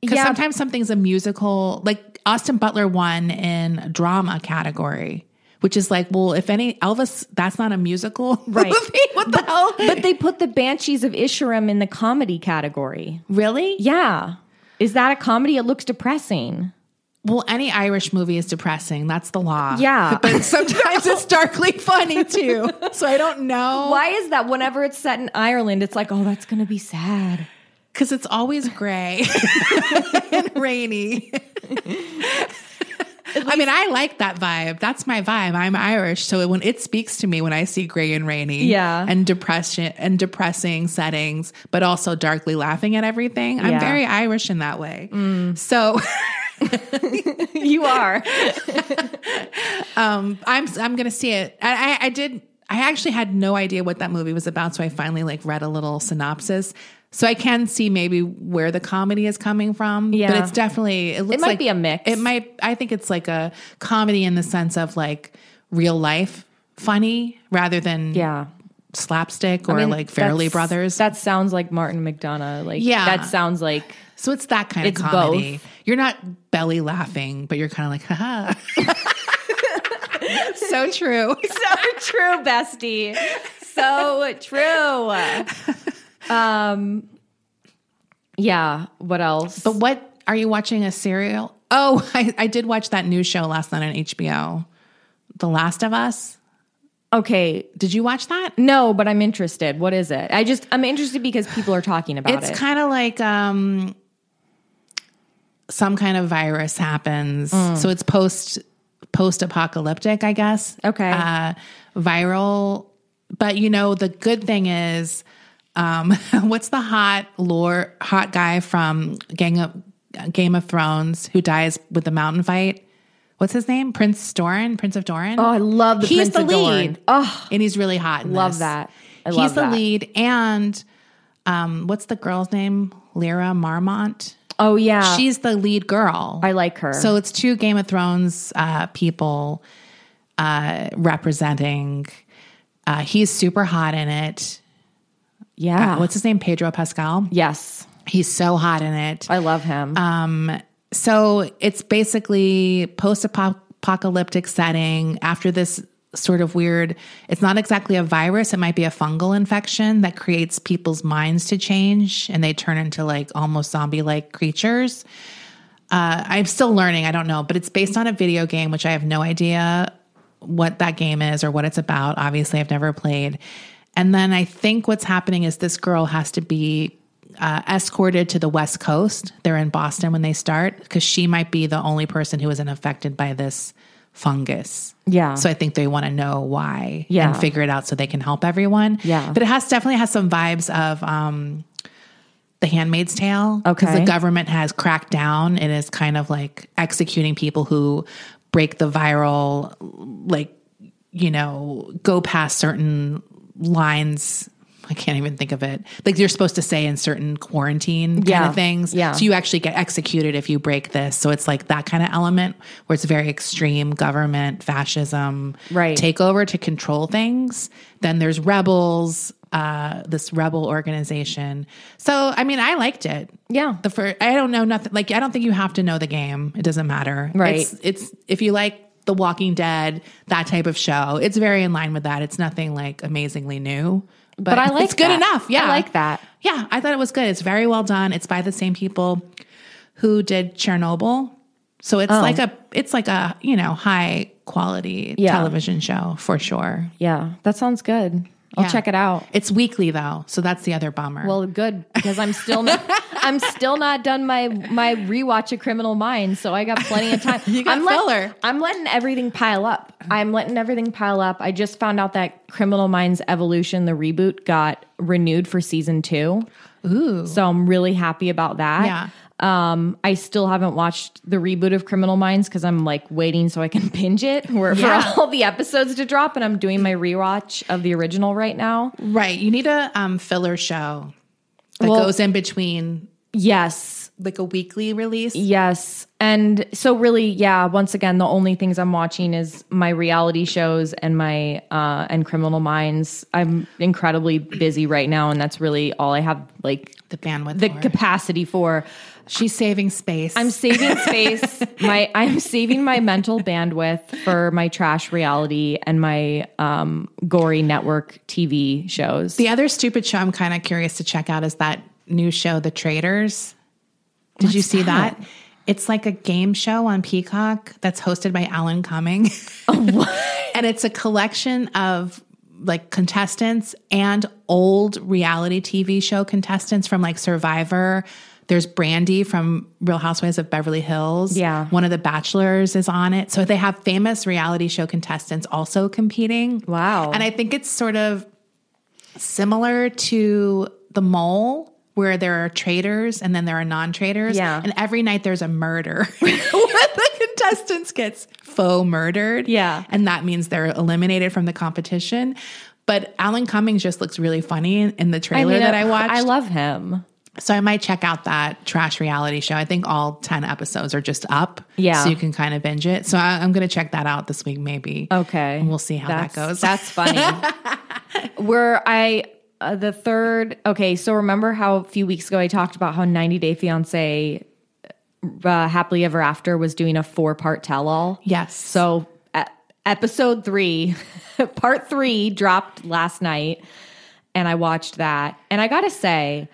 Speaker 3: Because
Speaker 1: Yeah.
Speaker 3: sometimes something's a musical, like Austin Butler won in drama category, which is like, well, if any Elvis, that's not a musical,
Speaker 1: Right.
Speaker 3: movie. What the hell?
Speaker 1: But they put the Banshees of Isherim in the comedy category.
Speaker 3: really?
Speaker 1: Yeah. Is that a comedy? It looks depressing.
Speaker 3: Well, any Irish movie is depressing. That's the law.
Speaker 1: Yeah.
Speaker 3: but sometimes it's darkly funny too. So I don't know.
Speaker 1: Why is that whenever it's set in Ireland, it's like, oh, that's going to be sad?
Speaker 3: Because it's always gray and rainy. I mean, I like that vibe. That's my vibe. I'm Irish, so when it speaks to me when I see gray and rainy,
Speaker 1: Yeah.
Speaker 3: and depression and depressing settings, but also darkly laughing at everything. I'm
Speaker 1: Yeah. Mm.
Speaker 3: very Irish in that way. So
Speaker 1: you are.
Speaker 3: I'm I'm gonna see it. I, I I did. I actually had no idea what that movie was about, so I finally like read a little synopsis. So I can see maybe where the comedy is coming from.
Speaker 1: Yeah.
Speaker 3: but it's definitely it looks
Speaker 1: might
Speaker 3: like-
Speaker 1: be a mix.
Speaker 3: It might. I think it's like a comedy in the sense of like real life funny rather than
Speaker 1: Yeah.
Speaker 3: slapstick or like Fairly
Speaker 1: that's-
Speaker 3: Brothers.
Speaker 1: That sounds like Martin McDonough. Like
Speaker 3: Yeah.
Speaker 1: that sounds like
Speaker 3: so it's that kind
Speaker 1: it's
Speaker 3: of
Speaker 1: both.
Speaker 3: comedy. You're not belly laughing, but you're kind of like, haha. so true.
Speaker 1: so true, bestie. So true. Um, yeah. What else?
Speaker 3: But what are you watching a serial? Oh, I, I did watch that new show last night on HBO, The Last of Us.
Speaker 1: okay.
Speaker 3: Did you watch that?
Speaker 1: No, but I'm interested. What is it? I just I'm interested because people are talking about
Speaker 3: it's
Speaker 1: it.
Speaker 3: kind of like um, some kind of virus happens.
Speaker 1: Mm.
Speaker 3: So it's post post apocalyptic, I guess.
Speaker 1: Okay.
Speaker 3: Uh, viral, but you know the good thing is, um, what's the hot lore hot guy from Gang of Game of Thrones who dies with the mountain fight? What's his name? Prince Doran, Prince of Doran.
Speaker 1: oh, I love the
Speaker 3: He's
Speaker 1: Prince
Speaker 3: the
Speaker 1: of Dorne.
Speaker 3: lead.
Speaker 1: Oh,
Speaker 3: and he's really hot. in
Speaker 1: love
Speaker 3: this.
Speaker 1: that. I
Speaker 3: He's
Speaker 1: love
Speaker 3: the
Speaker 1: that.
Speaker 3: lead, and um, what's the girl's name? Lyra Marmont.
Speaker 1: Oh yeah.
Speaker 3: She's the lead girl.
Speaker 1: I like her.
Speaker 3: So it's two Game of Thrones uh, people uh, representing. Uh, he's super hot in it. Uh,
Speaker 1: yeah.
Speaker 3: What's his name? Pedro Pascal.
Speaker 1: yes.
Speaker 3: He's so hot in it.
Speaker 1: I love him.
Speaker 3: Um, So it's basically post apocalyptic setting after this sort of weird it's not exactly a virus it might be a fungal infection that creates people's minds to change and they turn into like almost zombie like creatures uh, i'm still learning i don't know but it's based on a video game which i have no idea what that game is or what it's about obviously i've never played and then i think what's happening is this girl has to be uh, escorted to the west coast they're in boston when they start because she might be the only person who isn't affected by this fungus
Speaker 1: yeah.
Speaker 3: so I think they want to know why
Speaker 1: Yeah.
Speaker 3: and figure it out so they can help everyone.
Speaker 1: Yeah.
Speaker 3: But it has definitely has some vibes of um The Handmaid's Tale.
Speaker 1: Okay.
Speaker 3: the government has cracked down and is kind of like executing people who break the viral like, you know, go past certain lines. I can't even think of it. Like you're supposed to say in certain quarantine kind
Speaker 1: Yeah.
Speaker 3: of things.
Speaker 1: Yeah.
Speaker 3: So you actually get executed if you break this. So it's like that kind of element where it's very extreme government fascism
Speaker 1: Right.
Speaker 3: takeover to control things. Then there's rebels, uh, this rebel organization. So I mean, I liked it.
Speaker 1: yeah.
Speaker 3: The first, I don't know nothing. Like I don't think you have to know the game. It doesn't matter.
Speaker 1: Right.
Speaker 3: It's, it's if you like. The Walking Dead, that type of show. It's very in line with that. It's nothing like amazingly new, but,
Speaker 1: but I like
Speaker 3: it's good
Speaker 1: that.
Speaker 3: enough. Yeah,
Speaker 1: I like that.
Speaker 3: yeah, I thought it was good. It's very well done. It's by the same people who did Chernobyl. So
Speaker 1: Oh.
Speaker 3: it's like a it's like a, you know, high quality
Speaker 1: Yeah.
Speaker 3: television show for sure.
Speaker 1: Yeah. That sounds good. I'll
Speaker 3: Yeah.
Speaker 1: check it out.
Speaker 3: It's weekly though, so that's the other bummer.
Speaker 1: Well, good because I'm still not, I'm still not done my my rewatch of Criminal Minds, so I got plenty of time. you
Speaker 3: got
Speaker 1: I'm letting-
Speaker 3: filler.
Speaker 1: I'm letting everything pile up. I'm letting everything pile up. I just found out that Criminal Minds Evolution, the reboot, got renewed for season two. Ooh, so I'm really happy about that.
Speaker 3: Yeah.
Speaker 1: Um, I still haven't watched the reboot of Criminal Minds because I'm like waiting so I can binge it where
Speaker 3: Yeah.
Speaker 1: for all the episodes to drop, and I'm doing my rewatch of the original right now.
Speaker 3: right. You need a um filler show that
Speaker 1: Well-
Speaker 3: goes in between
Speaker 1: Yes,
Speaker 3: like a weekly release.
Speaker 1: Yes. And so really, yeah, once again, the only things I'm watching is my reality shows and my uh and criminal minds. I'm incredibly busy right now and that's really all I have like
Speaker 3: The bandwidth.
Speaker 1: the
Speaker 3: for it.
Speaker 1: capacity for.
Speaker 3: She's saving space.
Speaker 1: I'm saving space. my I'm saving my mental bandwidth for my trash reality and my um gory network TV shows.
Speaker 3: the other stupid show I'm kind of curious to check out is that new show, The Traders. Did you see that? It's like a game show on Peacock that's hosted by Alan Cumming.
Speaker 1: Oh,
Speaker 3: and it's a collection of like contestants and old reality TV show contestants from like Survivor. There's Brandy from Real Housewives of Beverly Hills.
Speaker 1: Yeah.
Speaker 3: One of the Bachelors is on it. So they have famous reality show contestants also competing.
Speaker 1: Wow.
Speaker 3: And I think it's sort of similar to the mole where there are traders and then there are non-traders
Speaker 1: Yeah.
Speaker 3: and every night there's a murder where the contestants gets faux murdered
Speaker 1: Yeah.
Speaker 3: and that means they're eliminated from the competition but alan cummings just looks really funny in, in the trailer that i watched
Speaker 1: uh, I love him.
Speaker 3: so i might check out that trash reality show i think all 10 episodes are just up
Speaker 1: Yeah.
Speaker 3: so you can kind of binge it so I, i'm going to check that out this week maybe
Speaker 1: Okay.
Speaker 3: and we'll see how that
Speaker 1: That's-
Speaker 3: goes
Speaker 1: That's funny. Where I uh, the third okay, so remember how a few weeks ago I talked about how 90 Day Fiance uh, Happily Ever After was doing a four part tell all?
Speaker 3: Yes.
Speaker 1: So e- episode three, part three dropped last night, and I watched that, and I gotta say,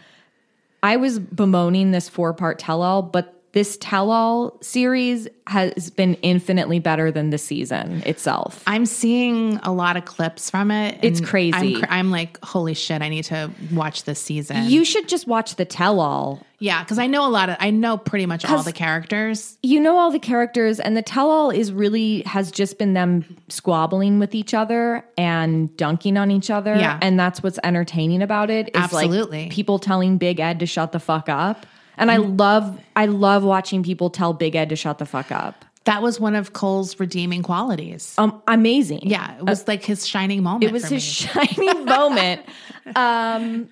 Speaker 1: I was bemoaning this four part tell all, but this tell all series has been infinitely better than the season itself.
Speaker 3: I'm seeing a lot of clips from it.
Speaker 1: It's
Speaker 3: and
Speaker 1: crazy.
Speaker 3: I'm, cr- I'm like, holy shit! I need to watch this season.
Speaker 1: You should just watch the tell all.
Speaker 3: yeah, because I know a lot of. I know pretty much all the characters.
Speaker 1: You know all the characters, and the tell all is really has just been them squabbling with each other and dunking on each other.
Speaker 3: Yeah.
Speaker 1: And that's what's entertaining about it. Is
Speaker 3: Absolutely. Mm-hmm.
Speaker 1: Like people telling Big Ed to shut the fuck up. And I love I love watching people tell Big Ed to shut the fuck up.
Speaker 3: That was one of Cole's redeeming qualities.
Speaker 1: Um amazing.
Speaker 3: yeah, it was like his shining moment.
Speaker 1: Uh, It was his shining moment. Um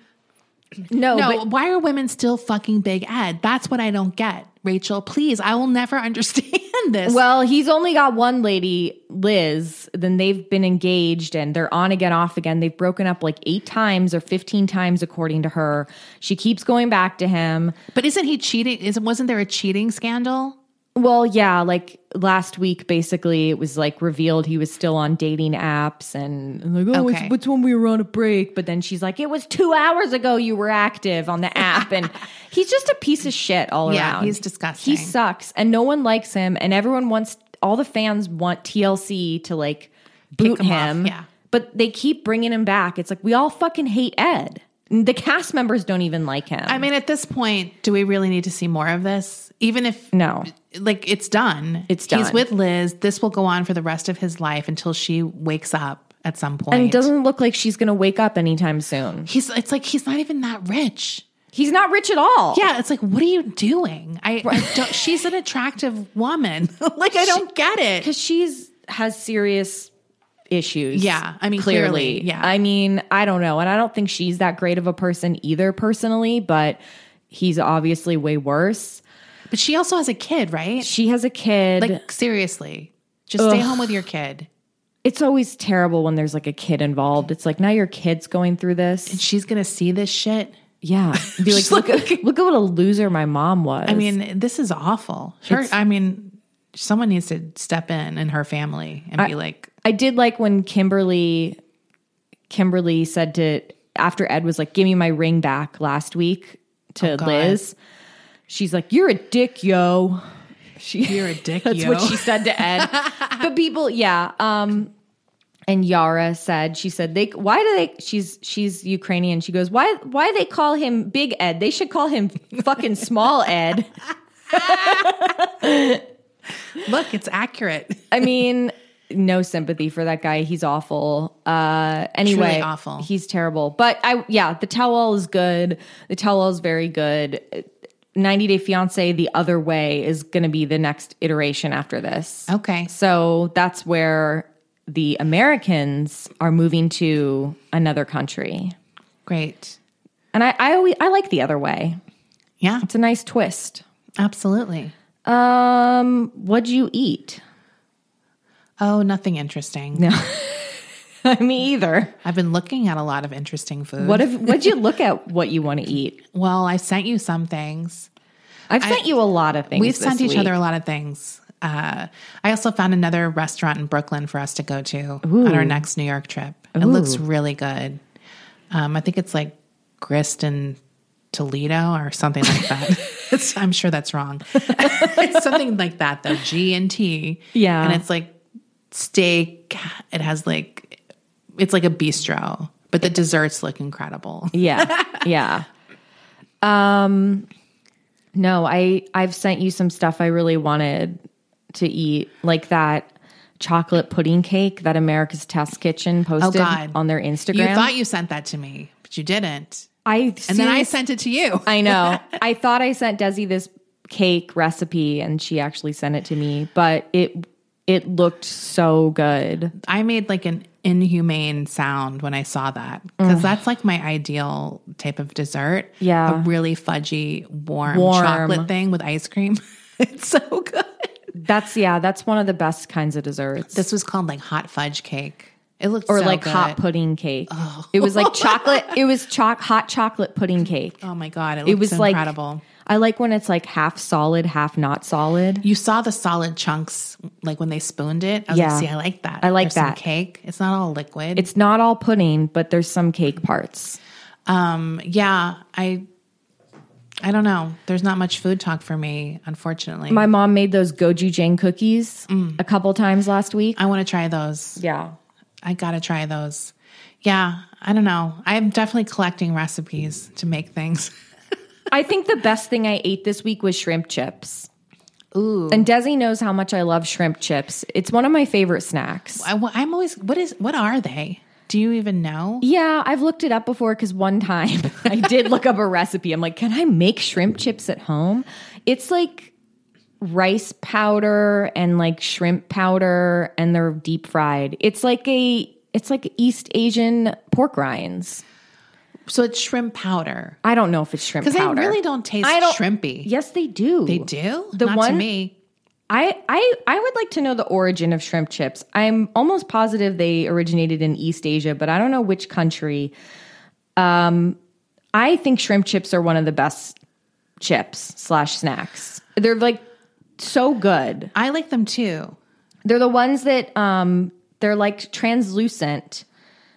Speaker 1: no,
Speaker 3: no,
Speaker 1: but
Speaker 3: why are women still fucking Big Ed? That's what I don't get, Rachel. Please, I will never understand this.
Speaker 1: Well, he's only got one lady, Liz. Then they've been engaged and they're on again, off again. They've broken up like eight times or 15 times, according to her. She keeps going back to him.
Speaker 3: but isn't he cheating? Isn't wasn't there a cheating scandal?
Speaker 1: Well, yeah, like last week, basically, it was like revealed he was still on dating apps and and like, oh,
Speaker 3: Okay.
Speaker 1: it's, it's when we were on a break. But then she's like, it was two hours ago you were active on the app. And he's just a piece of shit all
Speaker 3: Yeah,
Speaker 1: around.
Speaker 3: he's disgusting.
Speaker 1: He sucks and no one likes him. And everyone wants, all the fans want TLC to like boot
Speaker 3: him
Speaker 1: him.
Speaker 3: off, yeah.
Speaker 1: But they keep bringing him back. It's like, we all fucking hate Ed. And The cast members don't even like him.
Speaker 3: I mean, at this point, do we really need to see more of this? Even if
Speaker 1: no.
Speaker 3: like it's done.
Speaker 1: It's
Speaker 3: He's
Speaker 1: done.
Speaker 3: with Liz. This will go on for the rest of his life until she wakes up at some point.
Speaker 1: And it doesn't look like she's going to wake up anytime soon.
Speaker 3: he's it's like he's not even that rich.
Speaker 1: He's not rich at all.
Speaker 3: Yeah, it's like what are you doing? I, I don't, she's an attractive woman. like I don't get it.
Speaker 1: because she's has serious issues.
Speaker 3: Yeah, I mean, clearly, yeah.
Speaker 1: I mean, I don't know, and I don't think she's that great of a person either, personally. But he's obviously way worse.
Speaker 3: But she also has a kid, right?
Speaker 1: She has a kid.
Speaker 3: Like seriously, just stay home with your kid.
Speaker 1: it's always terrible when there's like a kid involved. It's like now your kid's going through this.
Speaker 3: She's gonna see this shit.
Speaker 1: Yeah, be like, look, at, look at what a loser my mom was.
Speaker 3: I mean, this is awful. Her, I mean, someone needs to step in in her family and be like,
Speaker 1: I did like when Kimberly Kimberly said to after Ed was like, "Give me my ring back" last week to
Speaker 3: Oh, God.
Speaker 1: Liz. She's like, "You're a dick, yo." She,
Speaker 3: "You're a dick,
Speaker 1: that's
Speaker 3: yo."
Speaker 1: what she said to Ed. but people, yeah. Um, and Yara said, she said, "They why do they?" She's she's Ukrainian. She goes, "Why why they call him Big Ed? They should call him fucking Small Ed."
Speaker 3: look, it's accurate.
Speaker 1: I mean, no sympathy for that guy. He's awful. Uh anyway,
Speaker 3: Truly awful.
Speaker 1: He's terrible. But I yeah, the tell all is good. The tell all is very good. 90 Day Fiance the other way is going to be the next iteration after this.
Speaker 3: Okay.
Speaker 1: So that's where the Americans are moving to another country.
Speaker 3: Great.
Speaker 1: And I I always I like the other way.
Speaker 3: Yeah,
Speaker 1: It's a nice twist.
Speaker 3: absolutely.
Speaker 1: Um what'd you eat?
Speaker 3: Oh, nothing interesting.
Speaker 1: Me either.
Speaker 3: I've been looking at a lot of interesting food.
Speaker 1: What if what'd you look at what you want to eat?
Speaker 3: well, I sent you some things.
Speaker 1: I've sent you a lot of things.
Speaker 3: We've
Speaker 1: this
Speaker 3: sent each
Speaker 1: week.
Speaker 3: other a lot of things. Uh, I also found another restaurant in Brooklyn for us to go to on our next New York trip. It looks really good. Um, I think it's like grist and Toledo or something like that. it's, I'm sure that's wrong. it's something like that though. G and T.
Speaker 1: Yeah.
Speaker 3: and it's like steak. It has like it's like a bistro, but the desserts look incredible.
Speaker 1: Yeah, yeah. Um, no, I I've sent you some stuff I really wanted to eat, like that chocolate pudding cake that America's Test Kitchen posted
Speaker 3: Oh, God.
Speaker 1: on their Instagram.
Speaker 3: You thought you sent that to me, but you didn't.
Speaker 1: I
Speaker 3: And then I
Speaker 1: serious-
Speaker 3: sent it to you.
Speaker 1: I know. I thought I sent Desi this cake recipe, and she actually sent it to me, but it. It looked so good.
Speaker 3: I made like an inhumane sound when I saw that because that's like my ideal type of dessert.
Speaker 1: Yeah.
Speaker 3: A really fudgy, warm,
Speaker 1: Warm.
Speaker 3: chocolate thing with ice cream. it's so good.
Speaker 1: That's yeah, that's one of the best kinds of desserts.
Speaker 3: This was called like hot fudge cake. It looked
Speaker 1: or
Speaker 3: so
Speaker 1: like hot
Speaker 3: good. Oh.
Speaker 1: pudding cake. It was like chocolate. It was choc hot chocolate pudding cake.
Speaker 3: Oh my god, it,
Speaker 1: it was like
Speaker 3: incredible.
Speaker 1: I like when it's like half solid, half not solid.
Speaker 3: You saw the solid chunks, like when they spooned it. I was
Speaker 1: Yeah.
Speaker 3: like, see, I like that.
Speaker 1: I like
Speaker 3: There's some
Speaker 1: that.
Speaker 3: cake. It's not all liquid.
Speaker 1: It's not all pudding, but there's some cake parts.
Speaker 3: um, yeah. I, I don't know. There's not much food talk for me, unfortunately.
Speaker 1: My mom made those gochujang cookies a couple times last week.
Speaker 3: Mm. I want to try those.
Speaker 1: Yeah.
Speaker 3: I gotta try those. Yeah, I don't know. I'm definitely collecting recipes to make things.
Speaker 1: I think the best thing I ate this week was shrimp chips. Ooh. And Desi knows how much I love shrimp chips. It's one of my favorite snacks.
Speaker 3: I, am always what is what are they? Do you even know?
Speaker 1: Yeah, I've looked it up before because one time I did look up a recipe. I'm like, can I make shrimp chips at home? It's like rice powder and like shrimp powder and they're deep fried. It's like a it's like East Asian pork rinds.
Speaker 3: So it's shrimp powder
Speaker 1: I don't know if it's shrimp
Speaker 3: because they
Speaker 1: powder.
Speaker 3: really don't taste
Speaker 1: I don't-
Speaker 3: shrimpy.
Speaker 1: Yes, they do.
Speaker 3: they do.
Speaker 1: The
Speaker 3: not
Speaker 1: one
Speaker 3: to me.
Speaker 1: I, I I would like to know the origin of shrimp chips. I'm almost positive they originated in East Asia, but I don't know which country. Um, I think shrimp chips are one of the best chips slash snacks. They're like so good.
Speaker 3: I like them too.
Speaker 1: They're the ones that um they're like translucent.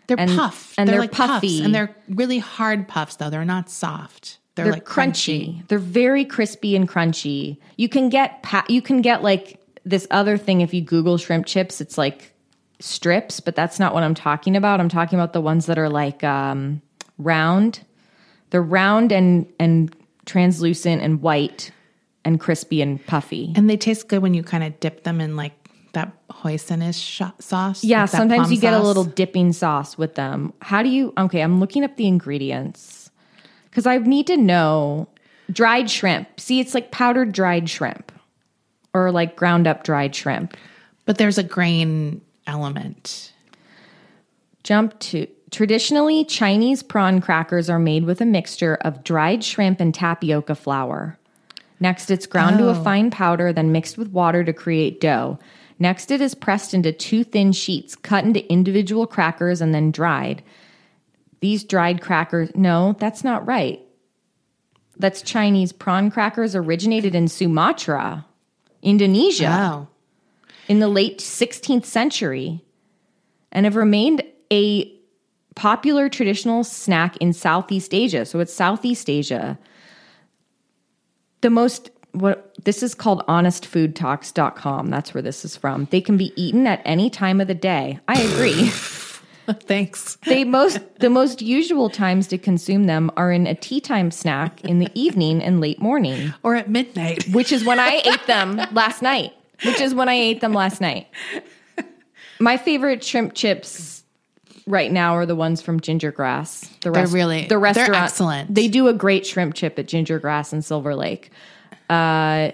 Speaker 3: They're
Speaker 1: And-
Speaker 3: puff.
Speaker 1: and they're
Speaker 3: like puffs,
Speaker 1: puffy.
Speaker 3: and they're really hard puffs though. They're not soft. They're,
Speaker 1: They're
Speaker 3: like crunchy.
Speaker 1: crunchy. They're very crispy and crunchy. You can get pa- you can get like this other thing if you Google shrimp chips. It's like strips, but that's not what I'm talking about. I'm talking about the ones that are like um, round. They're round and and translucent and white and crispy and puffy.
Speaker 3: and they taste good when you kind of dip them in like that hoisin-ish sh- sauce.
Speaker 1: yeah,
Speaker 3: like that
Speaker 1: sometimes
Speaker 3: plum
Speaker 1: you get a
Speaker 3: sauce.
Speaker 1: little dipping sauce with them. How do you? Okay, I'm looking up the ingredients because I need to know dried shrimp. See, it's like powdered dried shrimp or like ground up dried shrimp.
Speaker 3: but there's a grain element.
Speaker 1: Jump to traditionally Chinese prawn crackers are made with a mixture of dried shrimp and tapioca flour. Next, it's ground to a fine powder, then mixed with water to create dough. Next, it is pressed into two thin sheets, cut into individual crackers, and then dried. These dried crackers, no, that's not right. That's Chinese prawn crackers originated in Sumatra, Indonesia
Speaker 3: Oh.
Speaker 1: in the late 16th century and have remained a popular traditional snack in Southeast Asia. So it's Southeast Asia. The most what this is called honestfoodtalks.com. That's where this is from. They can be eaten at any time of the day. I agree.
Speaker 3: Thanks.
Speaker 1: they most the most usual times to consume them are in a tea time snack in the evening and late morning,
Speaker 3: Or at midnight.
Speaker 1: which is when I ate them last night. Which is when I ate them last night. My favorite shrimp chips right now are the ones from Gingergrass. The
Speaker 3: They're
Speaker 1: rest-
Speaker 3: really-
Speaker 1: the
Speaker 3: they're
Speaker 1: restaurant.
Speaker 3: excellent.
Speaker 1: They do a great shrimp chip at Gingergrass and Silver Lake. Uh,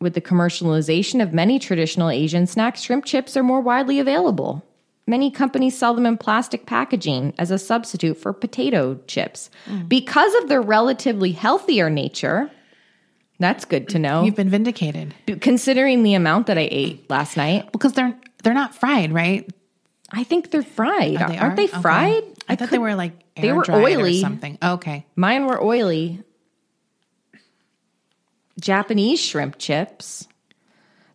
Speaker 1: with the commercialization of many traditional Asian snacks, shrimp chips are more widely available. Many companies sell them in plastic packaging as a substitute for potato chips
Speaker 3: Mm.
Speaker 1: because of their relatively healthier nature. That's good to know.
Speaker 3: You've been vindicated.
Speaker 1: B- Considering the amount that I ate last night,
Speaker 3: Because they're they're not fried, right?
Speaker 1: I think they're fried. Are
Speaker 3: They
Speaker 1: not they
Speaker 3: Okay.
Speaker 1: fried?
Speaker 3: I, thought they were like air
Speaker 1: they were
Speaker 3: dried
Speaker 1: oily.
Speaker 3: or something. Okay.
Speaker 1: Mine were oily. Japanese shrimp chips.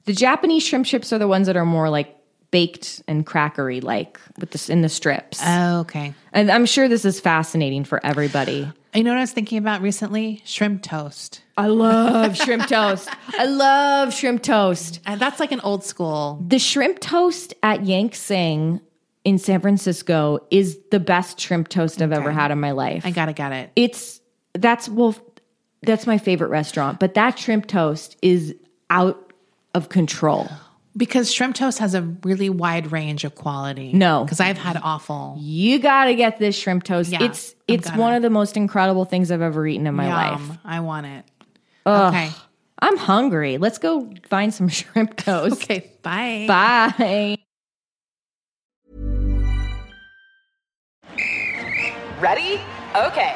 Speaker 1: The Japanese shrimp chips are the ones that are more like baked and crackery, like with this in the strips.
Speaker 3: Okay.
Speaker 1: and I'm sure this is fascinating for everybody.
Speaker 3: You know what I was thinking about recently? Shrimp toast.
Speaker 1: I love shrimp toast. I love shrimp toast.
Speaker 3: And Uh, that's like an old school.
Speaker 1: The shrimp toast at Yank Sing in San Francisco is the best shrimp toast I've ever had in my life.
Speaker 3: I gotta get it.
Speaker 1: it's that's well that's my favorite restaurant, but that shrimp toast is out of control.
Speaker 3: Because shrimp toast has a really wide range of quality.
Speaker 1: No.
Speaker 3: Because I've had awful.
Speaker 1: You got to get this shrimp toast.
Speaker 3: Yeah,
Speaker 1: it's
Speaker 3: I'm
Speaker 1: it's
Speaker 3: gonna.
Speaker 1: one of the most incredible things I've ever eaten in my life.
Speaker 3: Yum. I want it. Okay.
Speaker 1: I'm hungry. Let's go find some shrimp toast.
Speaker 3: Okay. Bye.
Speaker 1: Bye.
Speaker 4: Ready? Okay.